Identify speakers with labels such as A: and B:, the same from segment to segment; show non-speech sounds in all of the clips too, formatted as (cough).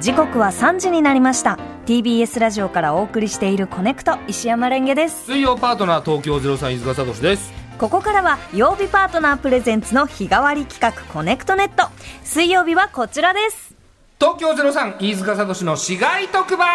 A: 時刻は3時になりました TBS ラジオからお送りしている「コネクト」石山レンゲです
B: 水曜パートナー東京03飯塚聡です
A: ここからは曜日パートナープレゼンツの日替わり企画「コネクトネット」水曜日はこちらです
B: 東京03飯塚聡の市街特番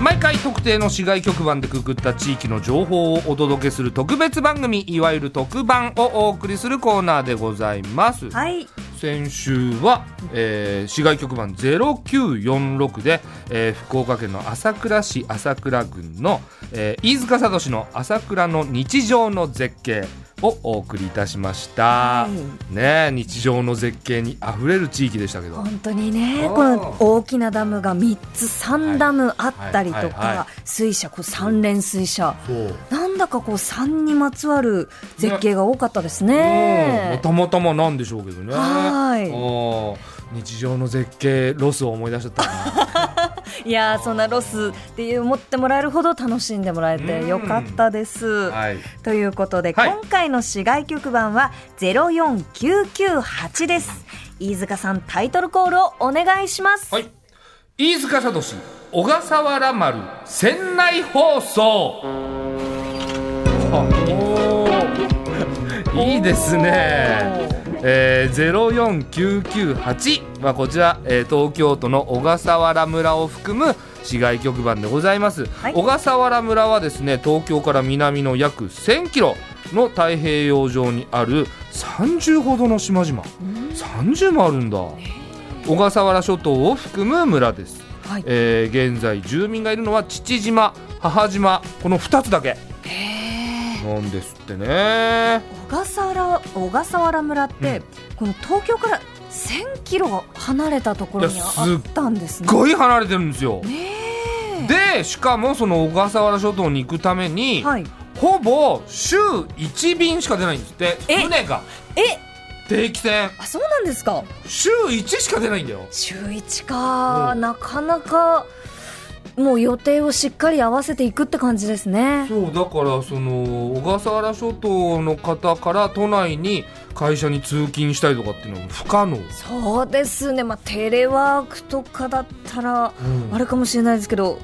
B: 毎回特定の市街局番でくくった地域の情報をお届けする特別番組いわゆる特番をお送りするコーナーでございます、
A: はい
B: 先週は、えー市外局番0946で、えー福岡県の朝倉市朝倉郡の、えー飯塚聡の朝倉の日常の絶景をお送りいたしました、
A: は
B: ねえ日常の絶景にあふれる地域でしたけど
A: 本当にね
B: おー
A: この大きなダムが3つ3ダムあったりと
B: はいはいはいは
A: か水車こう3連水車
B: そう
A: なんだかこう3にまつわる絶景が多かったですね
B: もたまたまなんでしょうけどね
A: はーい
B: おー日常の絶景ロスを思い出しちゃったな
A: いやーそんなロスっていう思ってもらえるほど楽しんでもらえてよかったです。
B: (laughs) はい
A: ということで、
B: はい
A: 今回の市外局番は04998です。飯塚さんタイトルコールをお願いします。
B: はい。飯塚聡、小笠原丸、船内放送。 (laughs) いいですね。えー、04998はこちら、えー東京都の小笠原村を含む市街局番でございます、
A: はい
B: 小笠原村はですね東京から南の約1000キロの太平洋上にある30ほどの島々30もあるんだ小笠原諸島を含む村です、
A: はい
B: えー現在住民がいるのは父島母島この2つだけなんですってね
A: 小笠原小笠原村って、
B: うん
A: この東京から1000キロ離れたところ
B: い
A: にあ
B: や
A: ったんです
B: す
A: ね。
B: ごい離れてるんですよ
A: ね
B: でしかもその小笠原諸島に行くために、
A: えはい。
B: ほぼ週1便しか出ないんですって
A: え
B: 船が
A: え
B: 定期船
A: あそうなんですか。
B: 週1しか出ないんだよ
A: 週一か、
B: うん
A: なかなかもう予定をしっかり合わせていくって感じですね。
B: そうだからその小笠原諸島の方から都内に会社に通勤したりとかっていうのは不可能、
A: そうですね、まあ、テレワークとかだったら
B: うん
A: あれかもしれないですけど、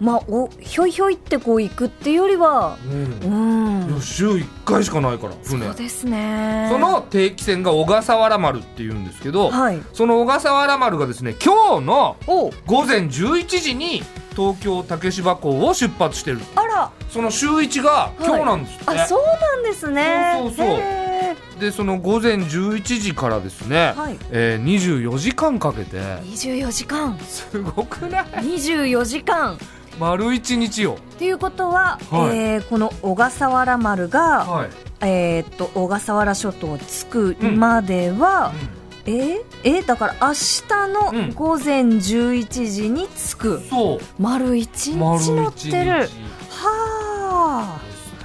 A: まあ、おひょいひょいってこう行くっていうよりは、
B: うん
A: う
B: いや
A: ん、
B: 週1回しかないから船
A: そうですね。
B: その定期船が小笠原丸っていうんですけど、
A: はい、
B: その小笠原丸がですね今日の
A: お
B: 午前11時に東京竹芝港を出発してる
A: あら
B: その週1が今日なんですって、
A: あそうなんですね。
B: そうそうそう
A: へ
B: でその午前11時からですね、
A: ーはい
B: えー、24時間かけて
A: 24時間
B: すごくない
A: 24時間
B: 丸一日よ
A: っていうことは、
B: はい
A: えーこの小笠原丸が、
B: はい、
A: えーっと小笠原諸島着くまでは、えーえーだから明日
B: うん
A: の午前11時に着く、
B: そ
A: 丸1
B: う丸
A: 日乗っ
B: 一日
A: てるはあ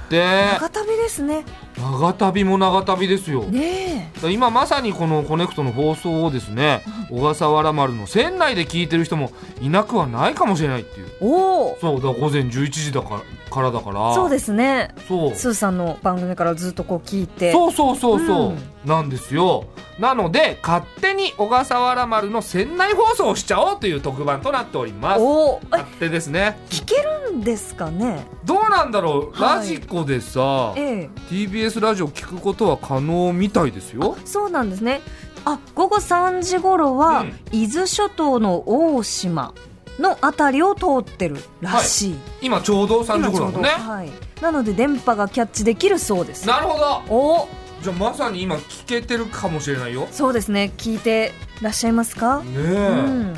B: で
A: 長旅ですね
B: 長旅も長旅ですよ、
A: ねえ
B: だから今まさにこのコネクトの放送をですね小笠原丸の船内で聞いてる人もいなくはないかもしれないっていう
A: おお
B: そうだから午前11時だからからだから
A: そうですね
B: そう
A: スーさんの番組からずっとこう聞いて
B: そうそうそうそう、
A: うん
B: なんですよなので勝手に小笠原丸の船内放送をしちゃおうという特番となっております
A: おおえ
B: 勝手ですね
A: 聞けるんですかね
B: どうなんだろう、
A: はい
B: ラジコでさ
A: ええ
B: TBS ラジオ聞くことは可能みたいですよ
A: そうなんですねあ午後3時頃は、
B: うん
A: 伊豆諸島の大島のあたりを通ってるらしい、
B: 今ちょうど3時
A: 今ち
B: 頃
A: ょ
B: だ
A: う
B: も
A: ど、
B: んね
A: はい、なので電波がキャッチできるそうです
B: なるほど
A: お
B: じゃあまさに今聞けてるかもしれないよ
A: そうですね聞いてらっしゃいますか、
B: ね
A: う
B: え、
A: ん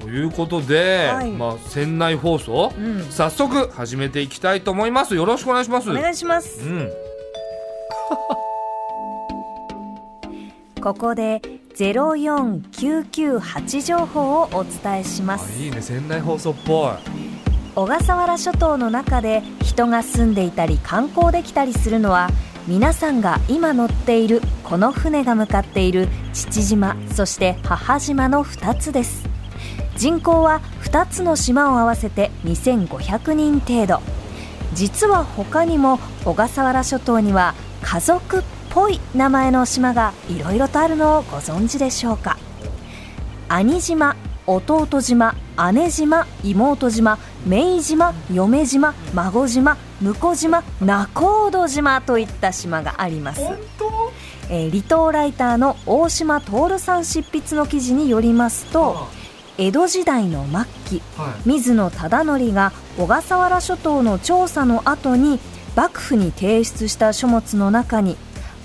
B: ということで、
A: はい
B: まあ船内放送、
A: うん、
B: 早速始めていきたいと思いますよろしくお願いします
A: お願いします
B: うん
A: ここで04998情報をお伝えしま
B: あ
A: す
B: いいね船内放送っぽ
A: 小笠原諸島の中で人が住んでいたり観光できたりするのは皆さんが今乗っているこの船が向かっている父島そして母島の2つです人口は2つの島を合わせて2500人程度実は他にも小笠原諸島には家族っぽい名前の島がいろいろとあるのをご存知でしょうか兄島弟島姉島妹島姪島嫁島孫島婿島仲人島といった島があります
B: 本当
A: えー離島ライターの大島徹さん執筆の記事によりますと江戸時代の末期
B: はい
A: 水野忠則が小笠原諸島の調査の後に幕府に提出した書物の中に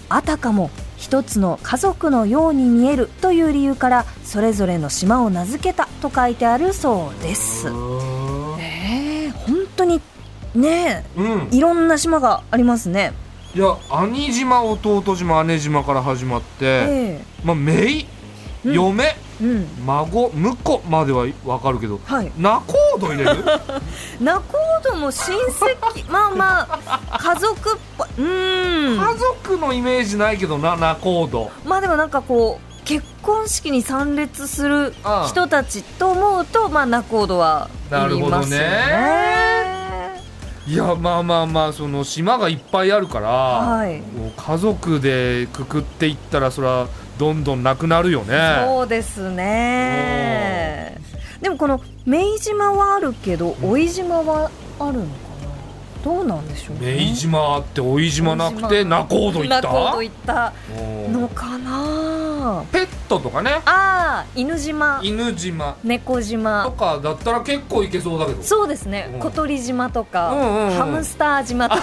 A: あたかも一つの家族のように見えるという理由からそれぞれの島を名付けたと書いてあるそうです。
B: う
A: えー、本当にね
B: ん
A: いろんな島がありますね。
B: いや兄島弟島姉島から始まって、
A: え
B: まあ姪
A: うん
B: 嫁、
A: えうん、
B: 孫婿まではわかるけど
A: はい。
B: 仲人入れ
A: (laughs)
B: る
A: 仲人も親戚まあまあ家族っぽいうーん
B: 家族のイメージないけどな仲人
A: まあでもなんかこう結婚式に参列する
B: ああ
A: 人たちと思うとまあ仲人はいりますよね
B: いやまあまあまあその島がいっぱいあるから、
A: はい
B: もう家族でくくっていったらそれはどんどんなくなるよね
A: そうですねでもこの女島はあるけど
B: うん
A: 老島はあるのかなどうなんでしょうね
B: 姪島あって老い島なくて仲人いった
A: 仲人行った
B: うん
A: のかな
B: ペットとかね
A: ああ犬島
B: 犬島
A: 猫島
B: とかだったら結構いけそうだけど
A: そうですね、
B: うん
A: 小鳥島とか、
B: うんうんうん
A: ハムスター島とか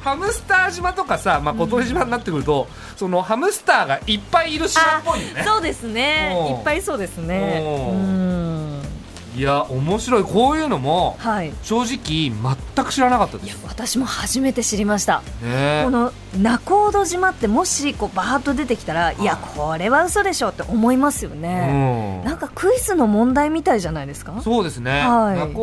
B: ハムスター島とかさ、まあ、小鳥島になってくると、そのハムスターがいっぱいいる島っぽいよね
A: そうですね
B: うん
A: いっぱいそうですね
B: う
A: うんん
B: いや面白いこういうのも
A: はい
B: 正直全く知らなかったで
A: いや
B: す
A: 私も初めて知りました
B: ね
A: この仲人島ってもしこうバーッと出てきたらいやこれは嘘でしょって思いますよね、
B: う
A: なんかクイズの問題みたいじゃないですか
B: ん、そうですね、
A: はい
B: 仲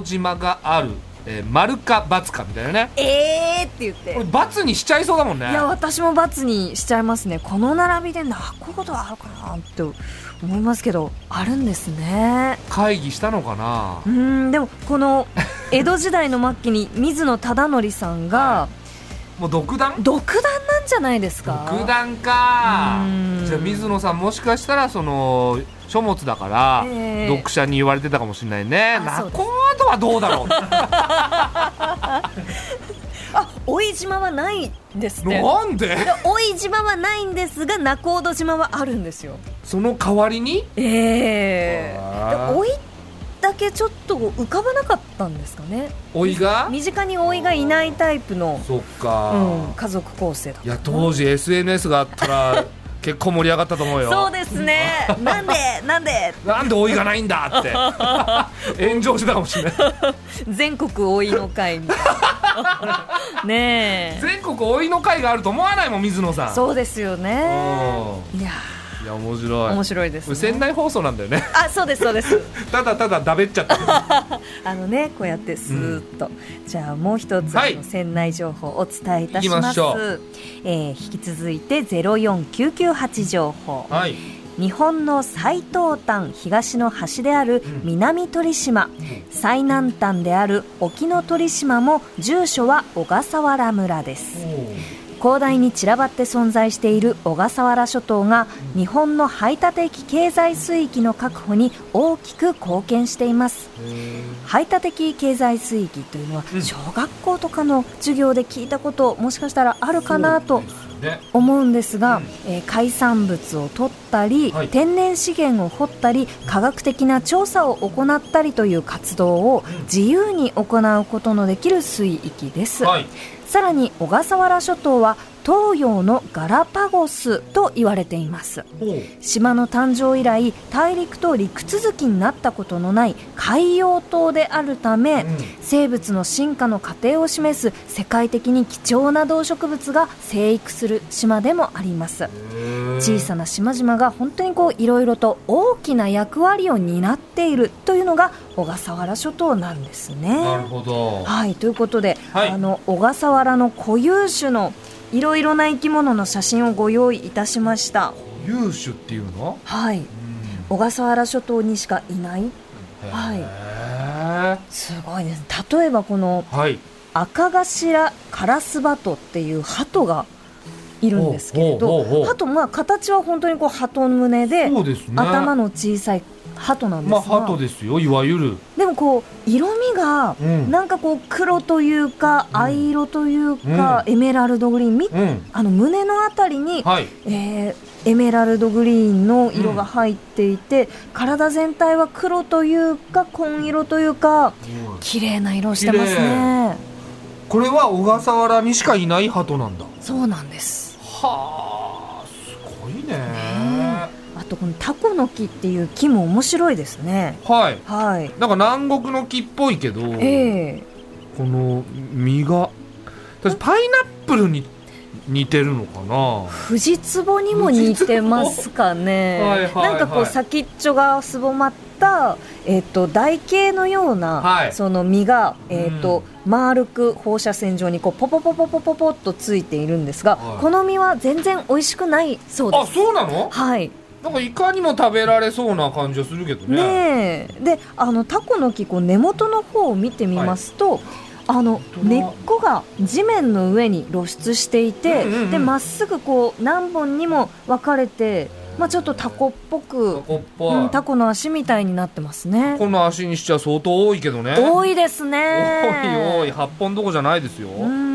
B: 人島がある、えー、丸か×かみたいなね
A: えーって言って
B: これ×にしちゃいそうだもんね
A: いや私も罰にしちゃいますねこの並びで仲人はあるかなって思いますけどあるんですね
B: (laughs) 会議したのかな
A: うーんでもこの江戸時代の末期に水野忠則さんが
B: はもう独断
A: 独断なんじゃないですか
B: 独断か
A: うん
B: じゃあ水野さんもしかしたらその書物だから、
A: ええ
B: 読者に言われてたかもしれないね
A: あそう
B: 仲
A: です
B: 人はどうだろう
A: (laughs) あ老島はないんですって
B: なんで
A: で老島はないんですが仲人島はあるんですよ
B: その代わりに
A: ええ
B: あー
A: 老いだけちょっと浮かばなかったんですかね
B: おいが
A: 身近に老いがいないタイプの、
B: そっか、
A: うん、家族構成だ
B: いや当時 SNS があっ
A: (laughs)
B: たら結構盛り上がったと思うよ
A: そうです
B: (laughs)
A: ねなんでなんで
B: なんで老いがないんだって (laughs) 炎上してたかもしれない
A: 全国老いの会みたい
B: (laughs)
A: なねえ
B: 全国老いの会があると思わないもん水野さん
A: そうですよね。
B: う
A: いや
B: んいや面白
A: ー、
B: い
A: 面白いです、
B: これ
A: ね。
B: 仙台放送なんだよね (laughs)
A: あ、そうです、そうです。
B: ただただだべっちゃった
A: あのね、こうやってスーッと、じゃあ、もう一つ、
B: はい
A: あの船内情報をお伝えいたし
B: 行
A: ま。
B: きますしょ
A: えー引き続いて、ゼロ四九九八情報。
B: はい
A: 日本の最東端、東の端である南鳥島。最南端である沖ノ鳥島も、住所は小笠原村です。広大に散らばって存在している小笠原諸島が日本の排他的経済水域の確保に大きく貢献しています排他的経済水域というのは
B: うん
A: 小学校とかの授業で聞いたこともしかしたらあるかなと
B: ね
A: 思うんですが
B: うん、
A: えー海産物を取ったり、
B: はい
A: 天然資源を掘ったり科学的な調査を行ったりという活動を自由に行うことのできる水域です。
B: はい
A: さらに小笠原諸島は東洋のガラパゴスと言われています
B: ほう
A: 島の誕生以来大陸と陸続きになったことのない海洋島であるため生物の進化の過程を示す世界的に貴重な動植物が生育する島でもあります小さな島々が本当にこういろいろと大きな役割を担っているというのが小笠原諸島なんですね。
B: なるほど
A: はい、ということで、
B: はい
A: あの小笠原の固有種のいろいろな生き物の写真をご用意いたしました。
B: 優秀っていうの
A: はい、小笠原諸島にしかいない。はい
B: は
A: すごいです。例えばこの
B: いはい
A: 赤頭カラスバトっていう鳩がいるんですけれ
B: ほうほうほうほ
A: ど
B: う
A: ハトまあ形は本当にこう鳩胸で
B: そうですね
A: 頭の小さい鳩なんです
B: まあ
A: が、
B: ハトですよいわゆる、
A: でもこう色味が
B: うん
A: なんかこう黒というか
B: うん
A: 藍色というか、エメラルドグリーンみ
B: うん、
A: あの胸のあたりに、
B: はい
A: えーエメラルドグリーンの色が入っていて、体全体は黒というか紺色というか綺麗な色してます
B: 綺
A: ね
B: これは小笠原にしかいないハトなんだ
A: そうなんです
B: はあすごいね
A: ねあとこのタコの木っていう木も面白いですね
B: はい
A: はい
B: なんか南国の木っぽいけど、
A: ええ
B: この実が私パイナップルに似てるのかな
A: 藤壺にも似てますかね
B: はいはいはい
A: なんかこう先っちょがすぼまった、えっと台形のような、
B: はい
A: その実が、えっと丸く放射線状にこうポポポポポポポっとついているんですが、
B: はい
A: この実は全然美味しくないそうで
B: あ
A: す。
B: そうなの
A: はい
B: なんかいかにも食べられそうな感じはするけどね
A: ねえであのタコの木こう根元の方を見てみますと、あの
B: 本当だ
A: 根っこが地面の上に露出していて、
B: うんうんうん
A: でまっすぐこう何本にも分かれて、まあ、ちょっとタコっぽ
B: タ
A: く、
B: コっぽい、
A: うん、タコの足みたいになってますね
B: この足にしちゃ相当多いけどね
A: 多いですね
B: 多い多い8本どこじゃないですよ、
A: うん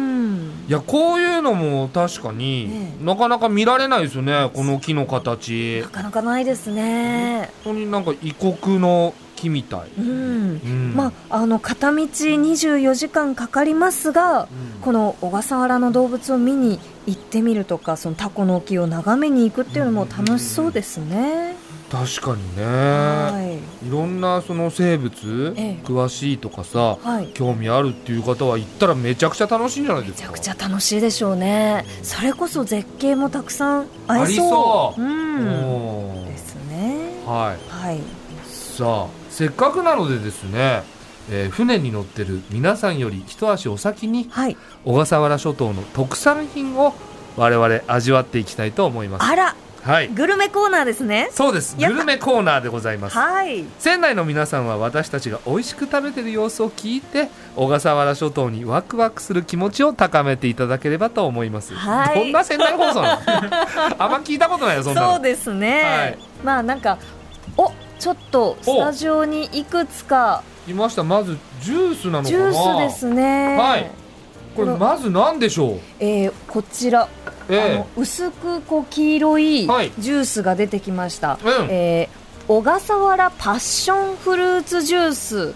B: いやこういうのも確かに
A: ね、
B: なかなか見られないですよねこの木の形
A: なかなかないですね、
B: 本当になんか異国の木みたい、
A: うん
B: うん
A: まあ、あの片道24時間かかりますが
B: うん
A: この小笠原の動物を見に行ってみるとかそのタコの木を眺めに行くっていうのも楽しそうですね。
B: 確かにね、、
A: はい
B: ろんなその生物、
A: ええ
B: 詳しいとかさ
A: い、はい
B: 興味あるっていう方は行ったらめちゃくちゃ楽しいんじゃないで
A: め
B: す
A: ち
B: か
A: ゃくちゃ楽しいでしょうね。それこそ絶景もたくさん
B: あ
A: あ
B: り
A: り
B: そ
A: そうう。うん。
B: おー
A: ですね。
B: はい
A: はい。
B: さあせっかくなのでですね、えー船に乗ってる皆さんより一足お先に
A: はい。
B: 小笠原諸島の特産品を我々味わっていきたいと思います
A: あら、
B: はい
A: グルメコーナーですね。
B: そうですグ
A: やった
B: ルメコーナーでございます
A: はい。
B: 船内の皆さんは私たちが美味しく食べてる様子を聞いて小笠原諸島にワクワクする気持ちを高めていただければと思います、
A: はい
B: どんな船内放送
A: (laughs)
B: なのあんま聞いたことないよそんなの
A: そうですね。
B: はい
A: まあなんか、お、ちょっとスタジオにいくつか
B: いましたまずジュースなのかな
A: ジュースですね。
B: はいこれまず何でしょう
A: えーこちら、あ
B: え
A: の薄くこう黄色いジ
B: はい
A: ュースが出てきました、
B: えうん
A: えー小笠原パッションフルーツジュース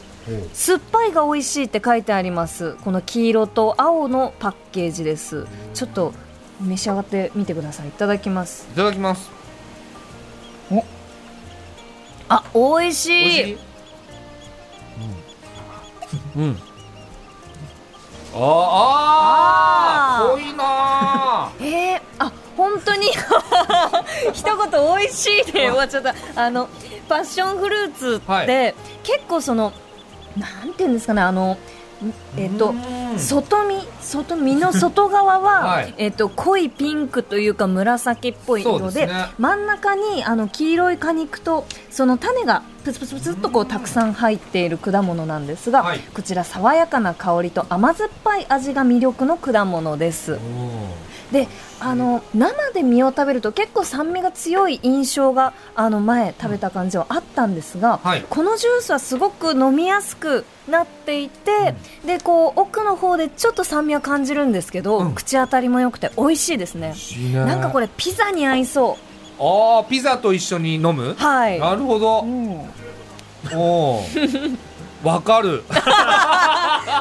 A: 酸っぱいが美味しいって書いてありますこの黄色と青のパッケージですちょっと召し上がってみてくださいいただきます
B: いただきます
A: あ美味し
B: 美
A: い
B: 味しいうん、うん、あーあ
A: あー
B: ー濃いなー
A: えー、あ本当に (laughs) 一言美味しいで終わっちゃったあのパッションフルーツって、
B: は
A: 結構そのなんていうんですかねあのんえっ、と
B: うん
A: 外見外身の外側は、
B: (laughs) はい
A: えっと濃いピンクというか紫っぽい
B: そ
A: 色
B: う
A: で
B: ですね
A: 真ん中にあの黄色い果肉とその種がプツプツプツっとこうたくさん入っている果物なんですが、
B: はい
A: こちら爽やかな香りと甘酸っぱい味が魅力の果物です
B: う
A: であの生で実を食べると結構酸味が強い印象があの前食べた感じはあったんですが、
B: はい
A: このジュースはすごく飲みやすくなっていて、でこう奥の方でちょっと酸味は感じるんですけど、
B: うん
A: 口当たりも良くて美味しいですね
B: んしいね
A: なんかこれピザに合いそ
B: ああピザと一緒に飲む
A: うはい
B: なるほど
A: うん
B: お
A: (laughs)
B: ーわかる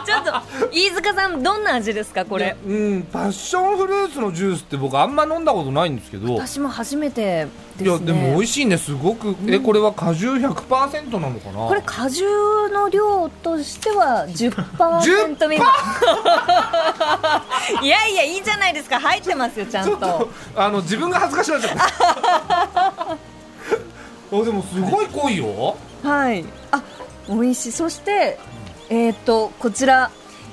A: ちょっと飯塚さんどんな味ですかこ
B: こ
A: れ
B: うんパッションフルーツのジュースって僕あんま飲んだことないんですけど
A: 私も初めてです
B: い
A: ね
B: やでも美味しいねすごくえ
A: うん
B: これは果汁100%なのかな
A: これ果汁の量としては10%
B: 10%
A: 未満 (laughs) いやいやいいじゃないですか入ってますよちゃん
B: ちょ
A: と
B: っとあの自分が恥ずかしくなっちゃ
A: (laughs)
B: ったあでもすごい濃いよ
A: はいあ美味しいそしてえっ、とこちら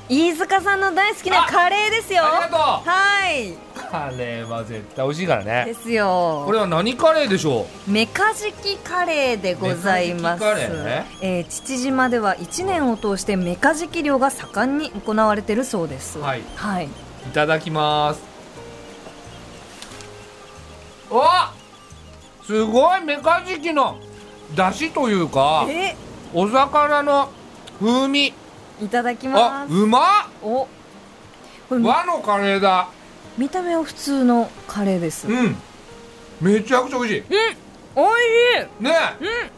A: 飯塚さんの大好きな
B: あ
A: カレーですよ
B: ありがと
A: はい、
B: うカレーは絶対美味しいから
A: で
B: ね
A: すよ
B: これは何カレーでしょ
A: メカジキカレーでございます、
B: メカジキカレーね
A: えー父島では1年を通してメカジキ漁が盛んに行われているそうです
B: はい
A: はい、
B: ういただきますおすごいメカジキの出汁というか
A: え
B: お魚の風味
A: いただき
B: あ
A: ます
B: うまっ
A: おこれみ
B: 和のカレーだ
A: 見た目は普通のカレーです
B: うんめちゃくちゃ美
A: おい
B: 味し
A: しい
B: いねえ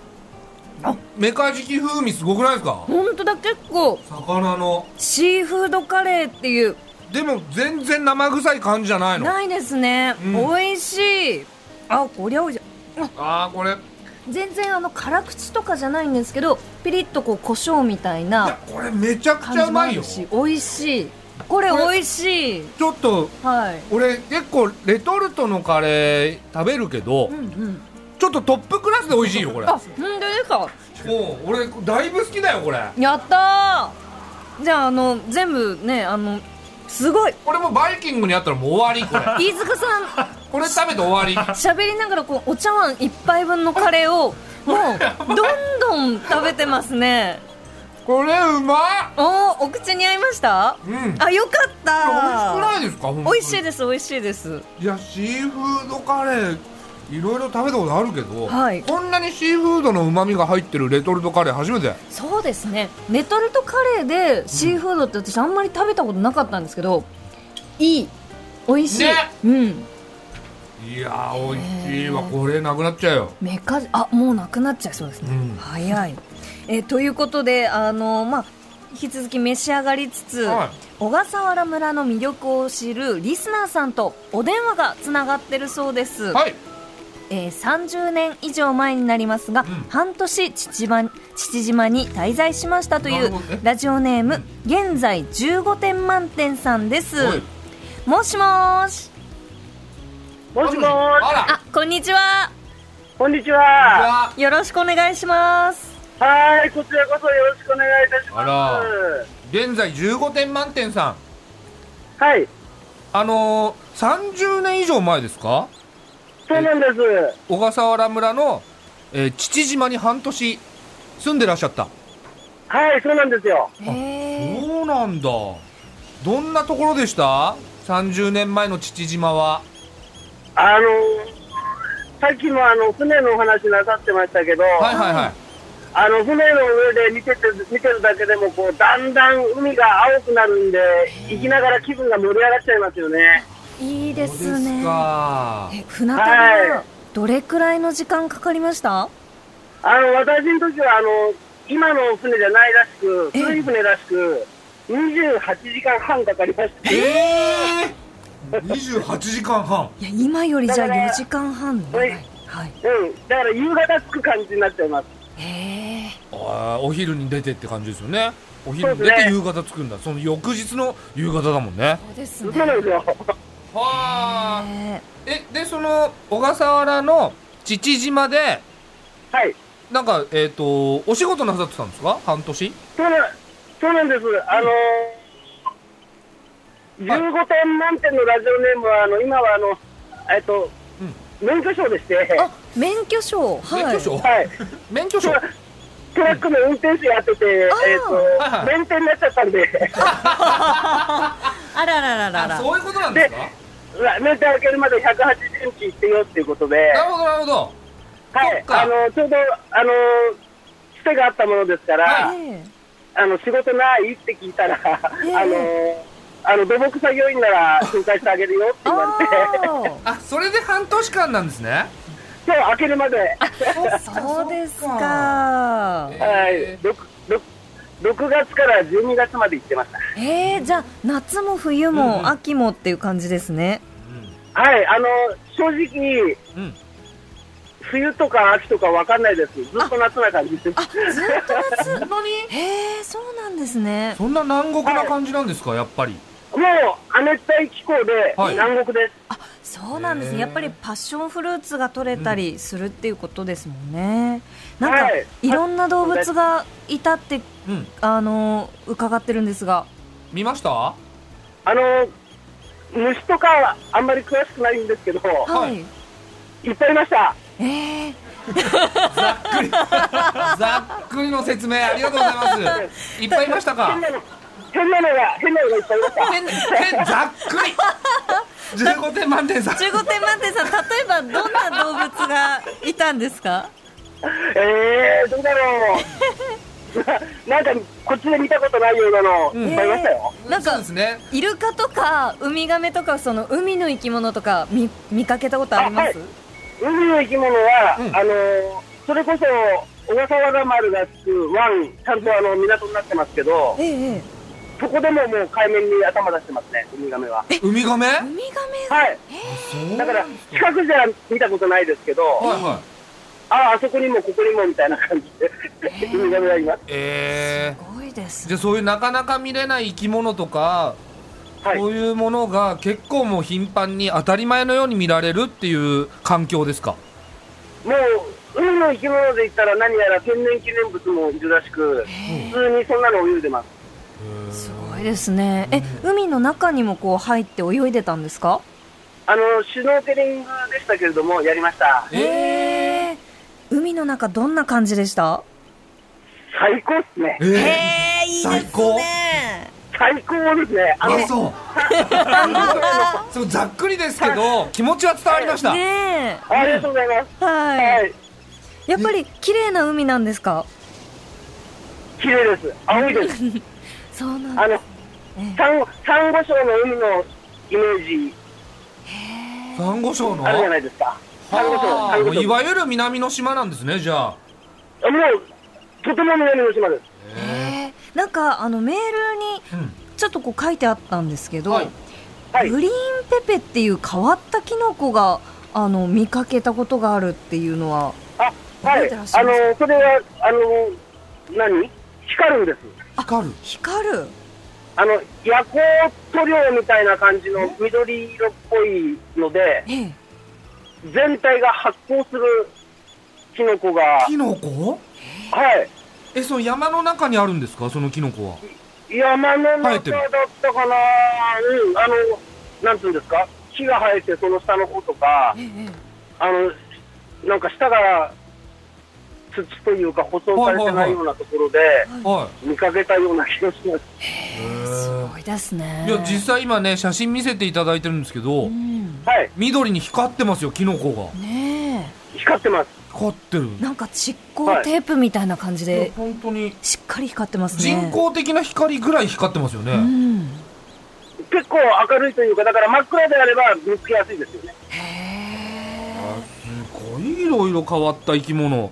B: あメカジキ風味すごくないですか
A: ほんとだ結構
B: 魚の
A: シーフードカレーっていう
B: でも全然生臭い感じじゃないの
A: ないですね、
B: うん
A: 美味しいあこりゃおいしい
B: ああこれい
A: 全然あの辛口とかじゃないんですけどピリッとこう胡椒みたいな
B: やこれめちゃく
A: 感
B: ち
A: じ
B: ゃう
A: も
B: ま
A: あ
B: いよ
A: る
B: ち
A: し美味しいこれ
B: これ
A: 美味しい
B: ょっと
A: はい
B: 俺結構レトルトのカレー食べるけど、
A: うんうん
B: ちょっとトップクラスで美味しいよこれ
A: あ
B: も
A: 本当ですか
B: う俺だいぶ好きだよこれ
A: やったーじゃああの全部ねあのす
B: (laughs)
A: ごい
B: これもうバイキングにあったらもう終わりこ
A: (laughs)
B: れ
A: 飯塚さん
B: これ食べて終わり
A: (laughs) 喋りながらこうお茶碗一杯分のカレーをもうどんどん食べてますね
B: これうまっ
A: おおお口に合いました
B: うん美味しく
A: あよかった
B: ないですか
A: 美味しい
B: で
A: です美味しいです
B: いやシーフードカレーいろいろ食べたことあるけど、
A: はい
B: こんなにシーフードのうまみが入ってるレトルトカレー初めて
A: そうですねレトルトカレーでシーフードって私あんまり食べたことなかったんですけどいい美味しい、
B: ね
A: うん
B: いやー美味しいわこれなくなっちゃうよ
A: メカジあもうなくなっちゃいそうですね、
B: うん
A: 早いえーということであのまあ引き続き召し上がりつつ、
B: はい
A: 小笠原村の魅力を知るリスナーさんとお電話がつながってるそうです、
B: はい
A: えー30年以上前になりますが、
B: ん
A: 半年父島父島に滞在しましたとい
B: な
A: う
B: るほどね
A: ラジオネーム現在15点満点さんです、
B: はい
A: もしもーし
C: もしもーし、
B: あら
A: あこんにちは
C: こんにちは。
B: あ
A: よろしくお願いします
C: はーい、こちらこそよろしくお願いいたしま
B: あ
C: す。
B: ら現在15点満点さん
C: はい、
B: あのー、30年以上前ですか
C: そうなんです。
B: 小笠原村の、えー父島に半年住んでらっしゃった
C: はい、そうなんですよ。
A: へえ
B: そうなんだどんなところでした30年前の父島は
C: あのー、さっきもあの、船のお話なさってましたけど、
B: はいはいはい
C: あの、船の上で見てて、見てるだけでも、こう、だんだん海が青くなるんで、行きながら気分が盛り上がっちゃいますよね。
A: いいで
B: そう
A: すね
B: か
A: え船旅
C: は
A: はいどれくらいの時間かかりました
C: あの、私の時は、あの、今の船じゃないらしく、
A: え
C: 古い船らしく、28時間半かかりました。
B: ええー、28時間半
A: いや今よりじゃあ
C: だから
A: 4時間半長いはい
C: うん、だから夕方着く感じになっちゃいます。
A: へえ
B: あーお昼に出てって感じですよねお昼に出
C: そうで
B: て
C: すね
B: 夕方着くんだその翌日の夕方だもんね
A: そうです
C: そう
A: ね
C: なんですよ。 (laughs)
B: はあ
A: ね
B: えでその小笠原の父島で
C: はい。
B: なんかえっ、とお仕事なさってたんですか半年
C: そうな、そうなんです。あのー、
B: はい
C: 15点満点のラジオネームは、あの、今はあの、えっと、免許証でして、
A: あ免許証はい
B: 免許証、
C: はい。
B: 免許証
C: トラトラックの運転手やってて、えっ
B: あー
C: と、免停になっちゃったんで、
A: (laughs) あらららら
B: あ
A: ら
B: そういうことなんですか
C: うわ (laughs) 免停開けるまで180日行ってよっていうことで、
B: なるほどなるほど
C: は
B: そっ
C: い。
B: か
C: あの、ちょうど、あのー、つてがあったものですから、
B: は
A: え
C: あの仕事ないって聞いたら、
A: ええ
C: あのあの土木作業員なら紹介してあげるよって
A: あ
C: 言われて、
A: ー
B: あそれで半年間なんですね
C: 今日開けるまで、
A: (laughs) そうですか
B: え
C: はい、六六六月から12月まで行ってました。
A: えー、じゃあ夏も冬
B: うんうん
A: も秋もっていう感じですね
C: はい、あの正直
B: うん、うん、
C: 冬とか秋とかわかんないです。ずっと夏な感じです。
A: あずっと夏
B: 本当に
A: (laughs) へえそうなんですね
B: そんな南国な感じなんですか、やっぱり
C: もう亜熱帯気候で
B: はい
C: 南国です。
A: あそうなんですね
B: へー
A: やっぱりパッションフルーツが取れたりするっていうことですもんね、なんか、
C: はい
A: い、ろんな動物がいたって
B: うん
A: あのー伺ってるんですが
B: 見ましたは
C: あの虫とかはあんまり詳しくないんですけど、
A: はいい、
C: いっぱいいました。
A: えー、
B: ざっくりの説明ありがとうござい
A: (laughs)
B: ますいっぱいいましたか
C: 変なの変なのが変なのがいっぱいいました。
A: (laughs)
B: 変変ざっくり15点満点さん
A: 15点満点さん、例えばどんな動物がいたんですか
C: えー、どうだろう。
B: (laughs)
C: ななんか、こっちで見たことないようなの、
B: うん
C: いっぱいいましたよ。
A: なん
B: そう
A: か
B: ですね
A: イルカとかウミガメとかその海の生き物とか見見かけたことあります、
C: あは海の生き物は、
B: うん
C: あの、それこそ、小笠原丸がつく湾、ちゃんとあの港になってますけど、
A: えええ
C: そこでももう海面に頭出してますね、ウミガメは。
B: ウミガメ
A: えウミガメ
C: はい。
B: そう
C: だから
B: なんです、
C: 近くじゃ見たことないですけど、
B: はいはい
C: ああ、あそこにもここにもみたいな感じで、ウミガメがいます。
B: え
A: すごいで
B: ー、
A: す
B: じゃあそういうなかなか見れない生き物とか、
C: はい
B: こ。ういうものが結構もう頻繁に当たり前のように見られるっていう環境ですか
C: もう、海の生き物で言ったら何やら天然記念物もいるらしく、普通にそんなの泳いでます。
A: すごいですねえ海の中にもこう入って泳いでたんですか
C: あの、シュノーケリングでしたけれども、やりました。
A: ええ海の中どんな感じでした
C: 最高っすね。
B: えー
A: ええい
B: いですね最高
C: 最高ですね。あの、
B: あそう
C: (laughs)
B: そうざっくりですけど気持ちは伝わりました、
A: ね
C: ありがとうございます。
A: えは
C: はいい。
A: やっぱり綺麗な海なんですか
C: 綺麗です。青いです。
A: そうなん
C: あの、
A: え
C: サンゴ、サンゴ礁の海のイメージ
B: サンゴ礁の
C: あるじゃないですか。サンゴ礁、
B: は
C: サ
B: あ
C: ン
B: も
C: ゴ
B: うい
C: 礁。も
B: わゆる南の島なんですねじゃあ
C: う、とても南の島です。
A: えー、なんかあのメールに
B: うん
A: ちょっとこう書いてあったんですけど、
B: はい
C: はい
A: グ。リーンペペっていう変わったキノコがあの見かけたことがあるっていうのは
C: あ、
A: 覚
C: は
A: え
C: い。
A: て
C: あ
A: らっ
C: の、
A: しゃいます
C: それは、あの、何光るんです。
B: 光る
A: 光る
C: あの、夜光塗料みたいな感じの緑色っぽいので、
A: ええ
C: 全体が発光するキノコが、は
B: キノコ
C: い。
B: えその山の中にあるんですかそのキノコは
C: 山の
B: 生え
C: 中
B: て
C: だ
B: る
C: ったかな、うん、あの、なんつうんですか、木が生えて、その下の方とか
A: え、え
C: あの、なんか下が土というか、舗装されてないようなところで、
B: は
C: 見かけたような気がします。
B: い、
A: すごいですね
B: いや実際今ね写真見せていただいてるんですけど、
A: うん
C: はい、
B: 緑に光ってますよキノコが
A: ね
C: 光ってます。
B: 光ってる
A: えなんか蓄光テープみたいな感じ
B: いや
A: で
B: 本当に
A: しっかり光ってますね
B: 人工的な光ぐらい光ってますよね、
A: うん
C: 結構明るいというか、だから真っ暗であれば見つけやすいですよね。
A: へ
B: あすごいいろいろ変わった生き物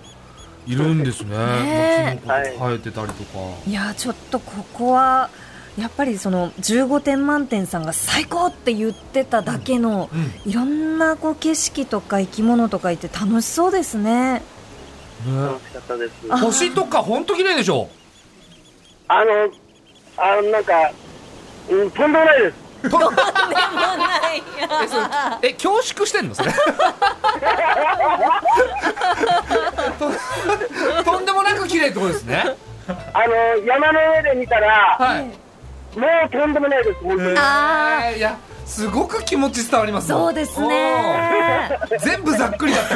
B: いるんですね。
A: ね
B: まあキノコとか生えてたりとか。
A: えいやちょっとここはやっぱりその15点満点さんが最高って言ってただけの、
B: うん、
A: いろんなこう景色とか生き物とかいて楽しそうですね。
B: ね
C: 楽しかったです。
A: あ
B: 星とか本当綺麗でしょ。
C: あの、あの、なんか、うん、とんでもないです。
B: え、それえ恐縮してんのそれ。ととんでもなく綺麗ってことですね。
C: あの、山の上で見たら、
B: はい。
C: もうとんでもないです、本当に。
A: あ
B: えーいやすごく気持ち伝わりま
A: (laughs)
B: す。
A: そうですね。
B: おー。全部ざっくりだったけ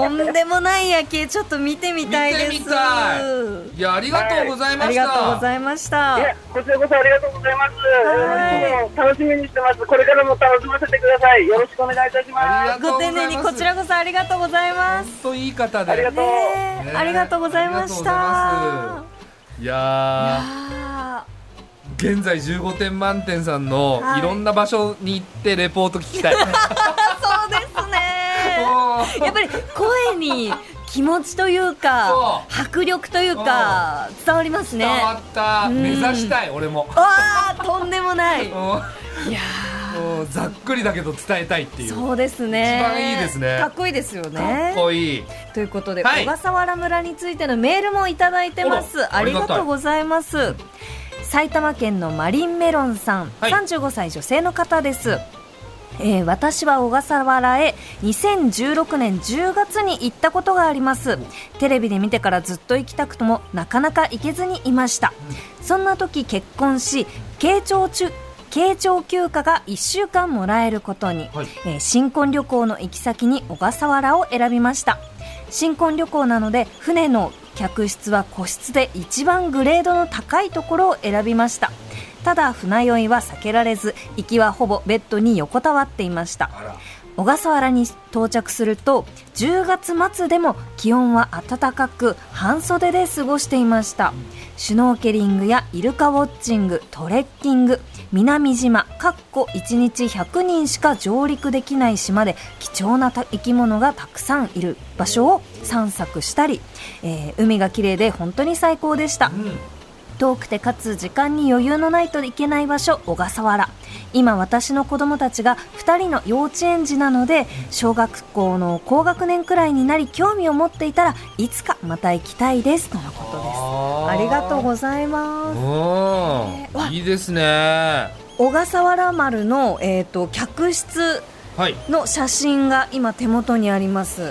A: (laughs) とんでもない夜景ちょっと見てみたいです。
B: 見てみたいやありがとうございました。
A: ありがとうございました。
C: いや、こちらこそありがとうございます。
A: はい
C: いつも楽しみにしてます。これからも楽しませてください。よろしくお願いいたし
B: あり
C: ま
B: が
C: す。
A: ご丁寧にこちらこそありがとうございま
B: 本
A: す。
B: 当いい方で。
C: ありがとう
A: ね
B: ね
A: えありがとうございました。
B: ありがとうございますいや
A: あ
B: ー現在15点満点さんの
A: はい
B: いろんな場所に行ってレポート聞
A: (laughs)
B: きたい。
A: ーそうです (laughs) ね。
B: おー
A: やっぱり声に気持ちというか迫力というか伝わりますね
B: 伝わった、
A: うん
B: 目指したい俺も。
A: あーとんでもないいや
B: うんうんざっくりだけど伝えたいってい
A: ー
B: う。
A: そうですね
B: 一番いいですね
A: かっこいいですよね
B: かっこいい。
A: ということで、
B: はい
A: 小笠原村についてのメールもいただいてます
B: あら
A: ありがとうございます埼玉県のマリンメロンさん、
B: はい
A: 35歳女性の方です、えー私は小笠原へ2016年10月に行ったことがありますテレビで見てからずっと行きたくともなかなか行けずにいましたそんな時結婚し慶長中慶長休暇が1週間もらえることに、
B: はい
A: えー新婚旅行の行き先に小笠原を選びました新婚旅行なので船の客室は個室で一番グレードの高いところを選びましたただ船酔いは避けられず行きはほぼベッドに横たわっていました
B: あら
A: 小笠原に到着すると10月末でも気温は暖かく半袖で過ごしていましたシュノーケリングやイルカウォッチングトレッキング南島かっこ1日100人しか上陸できない島で貴重なた生き物がたくさんいる場所を散策したり、えー海が綺麗で本当に最高でした、遠くてかつ時間に余裕のないといけない場所小笠原今私の子供たちが2人の幼稚園児なので小学校の高学年くらいになり興味を持っていたらいつかまた行きたいですとのことです
B: あ
A: ありがとう
B: ざい
A: ございますえー
B: ま
A: わ
B: すいいですね
A: 小笠原丸の、えー、と客室
B: はい
A: の写真が今手元にあります
B: は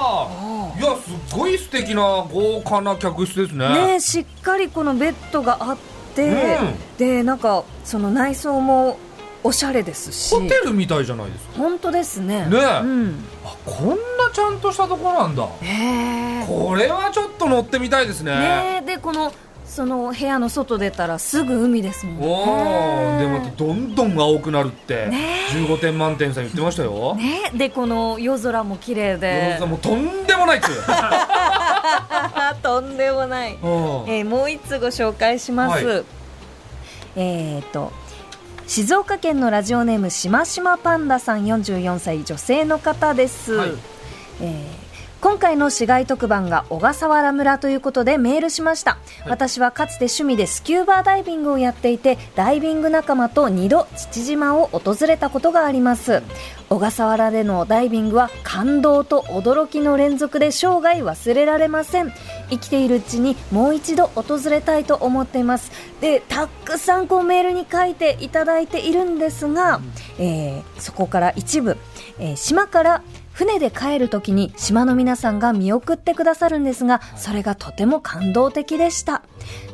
A: あ
B: あいやすっごい素敵な豪華な客室ですね
A: あねえしっかりこのベッドがあって、
B: うん
A: でなんかその内装もおしゃれですし
B: ホテルみたいじゃないですか
A: 本当ですね
B: ねえ
A: うん
B: あこんなちゃんとしたとこなんだ
A: ね
B: これはちょっと乗ってみたいですね
A: えねえでこのその部屋の外出たらすぐ海ですもん
B: おおでまた
A: ね
B: どんどん青くなるって、
A: ね
B: 15点満点さん言ってましたよ、
A: ねえでこの夜空も綺麗
B: ね
A: で
B: もうとんでもないっ
A: (laughs)
B: つう
A: とんでもない
B: うん
A: えーもう一つご紹介します、
B: は
A: えーと静岡県のラジオネームしましまパンダさん44歳女性の方です、
B: はい
A: えー今回の市街特番が小笠原村ということでメールしました、
B: い
A: 私はかつて趣味でスキューバーダイビングをやっていてダイビング仲間と2度父島を訪れたことがあります小笠原でのダイビングは感動と驚きの連続で生涯忘れられません生きているうちにもう一度訪れたいと思っていますでたくさんこうメールに書いていただいているんですが、えーそこから一部、えー島から船で帰るときに島の皆さんが見送ってくださるんですが、それがとても感動的でした。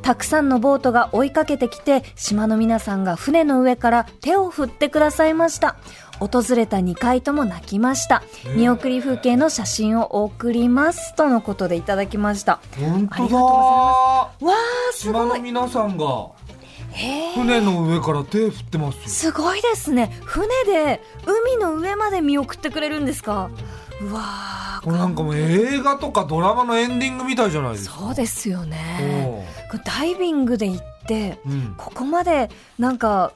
A: たくさんのボートが追いかけてきて、島の皆さんが船の上から手を振ってくださいました。訪れた2回とも泣きました。見送り風景の写真を送ります。とのことでいただきました。
B: 本
A: ありがとうご
B: 当だ
A: わー、す
B: 島
A: ご
B: の
A: い。
B: 皆さんが
A: へー
B: 船の上から手振ってますよ
A: すごいですね。船で海の上まで見送ってくれるんですか。うわ
B: これなんかもう映画とかドラマのエンディングみたいじゃないで
A: ー、
B: すか
A: そうですよね。こうダイビングで行って
B: おーうん
A: ここまでなんか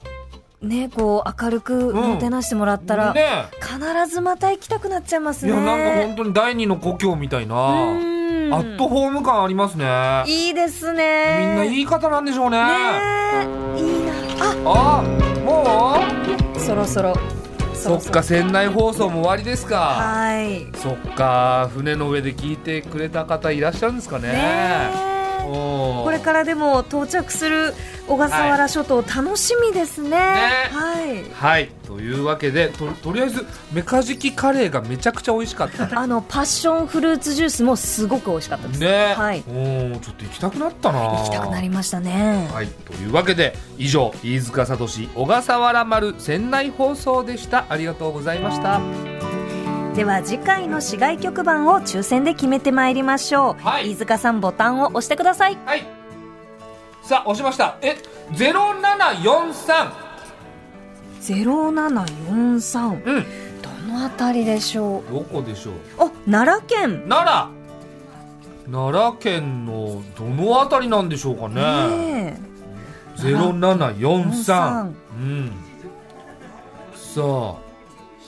A: ねこう明るくもてなしてもらったら、
B: ね
A: 必ずまた行きたくなっちゃいます
B: い
A: ね。
B: やなんか本当に第二の故郷みたいな
A: う
B: ア
A: ん
B: ットホーム感ありますね
A: いいです
B: み
A: ね。
B: んない
A: ね
B: い方なんでしょうね
A: えいいな。
B: あも
A: あそろそろ
B: う
A: そ
B: そ
A: ろ
B: っ
A: そろ
B: か船内放送も終わりですか
A: はい。
B: そっか船の上で聞いてくれた方いらっしゃるんですかね
A: ねえ
B: こ
A: これからでも到着する小笠原諸島、楽しみですね。はい。
B: はいというわけでととりあえずメカジキカレーがめちゃくちゃ美味し
A: (laughs)
B: かったね
A: あのパッションフルーツジュースもすごく美味しかったです。
B: え、
A: はい
B: おーちょっと行きたくなったな
A: 行きたくなりましたね。
B: はいというわけで以上飯塚聡小笠原丸船内放送でしたありがとうございました
A: では次回の市外局番を抽選で決めてまいりましょう。
B: はい
A: 飯塚さんボタンを押してください。
B: はいさあ押しましたえ0743
A: 0743
B: うん
A: どのあたりでしょ
B: どこでしょう
A: う。あ、奈良県。
B: 奈良奈良県のどのあたりなんでしょうかね
A: ね
B: ゼロ七四
A: 43
B: 三うんさあ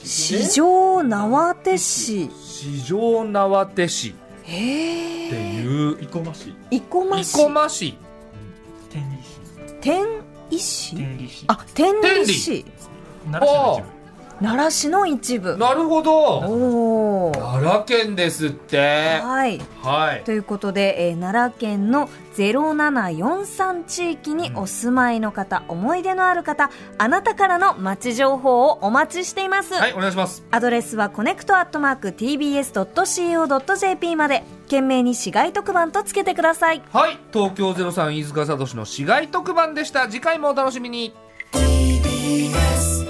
A: え、市場縄手市。
B: 四条縄手市っ
A: へ
B: て
A: え。
B: いう
D: 生駒市
A: 生駒
B: 生
A: 市。
B: 駒市
D: 天理
A: 天一市。
D: 市天理市
A: あ、天理
B: 天
A: 市。
D: 奈良市の
A: 奈良市の一部。
B: なるほど
A: おお。
B: 奈良県ですって
A: はい。
B: はい
A: ということで、えー奈良県の0743地域にお住まいの方、思い出のある方、あなたからの街情報をお待ちしています。
B: はいお願いします
A: アドレスはコネクトアットマーク tbs.co.jp まで、懸命に市街特番とつけてください。
B: はい東京ゼロ三飯塚聡の市街特番でした次回もお楽しみに
E: TBS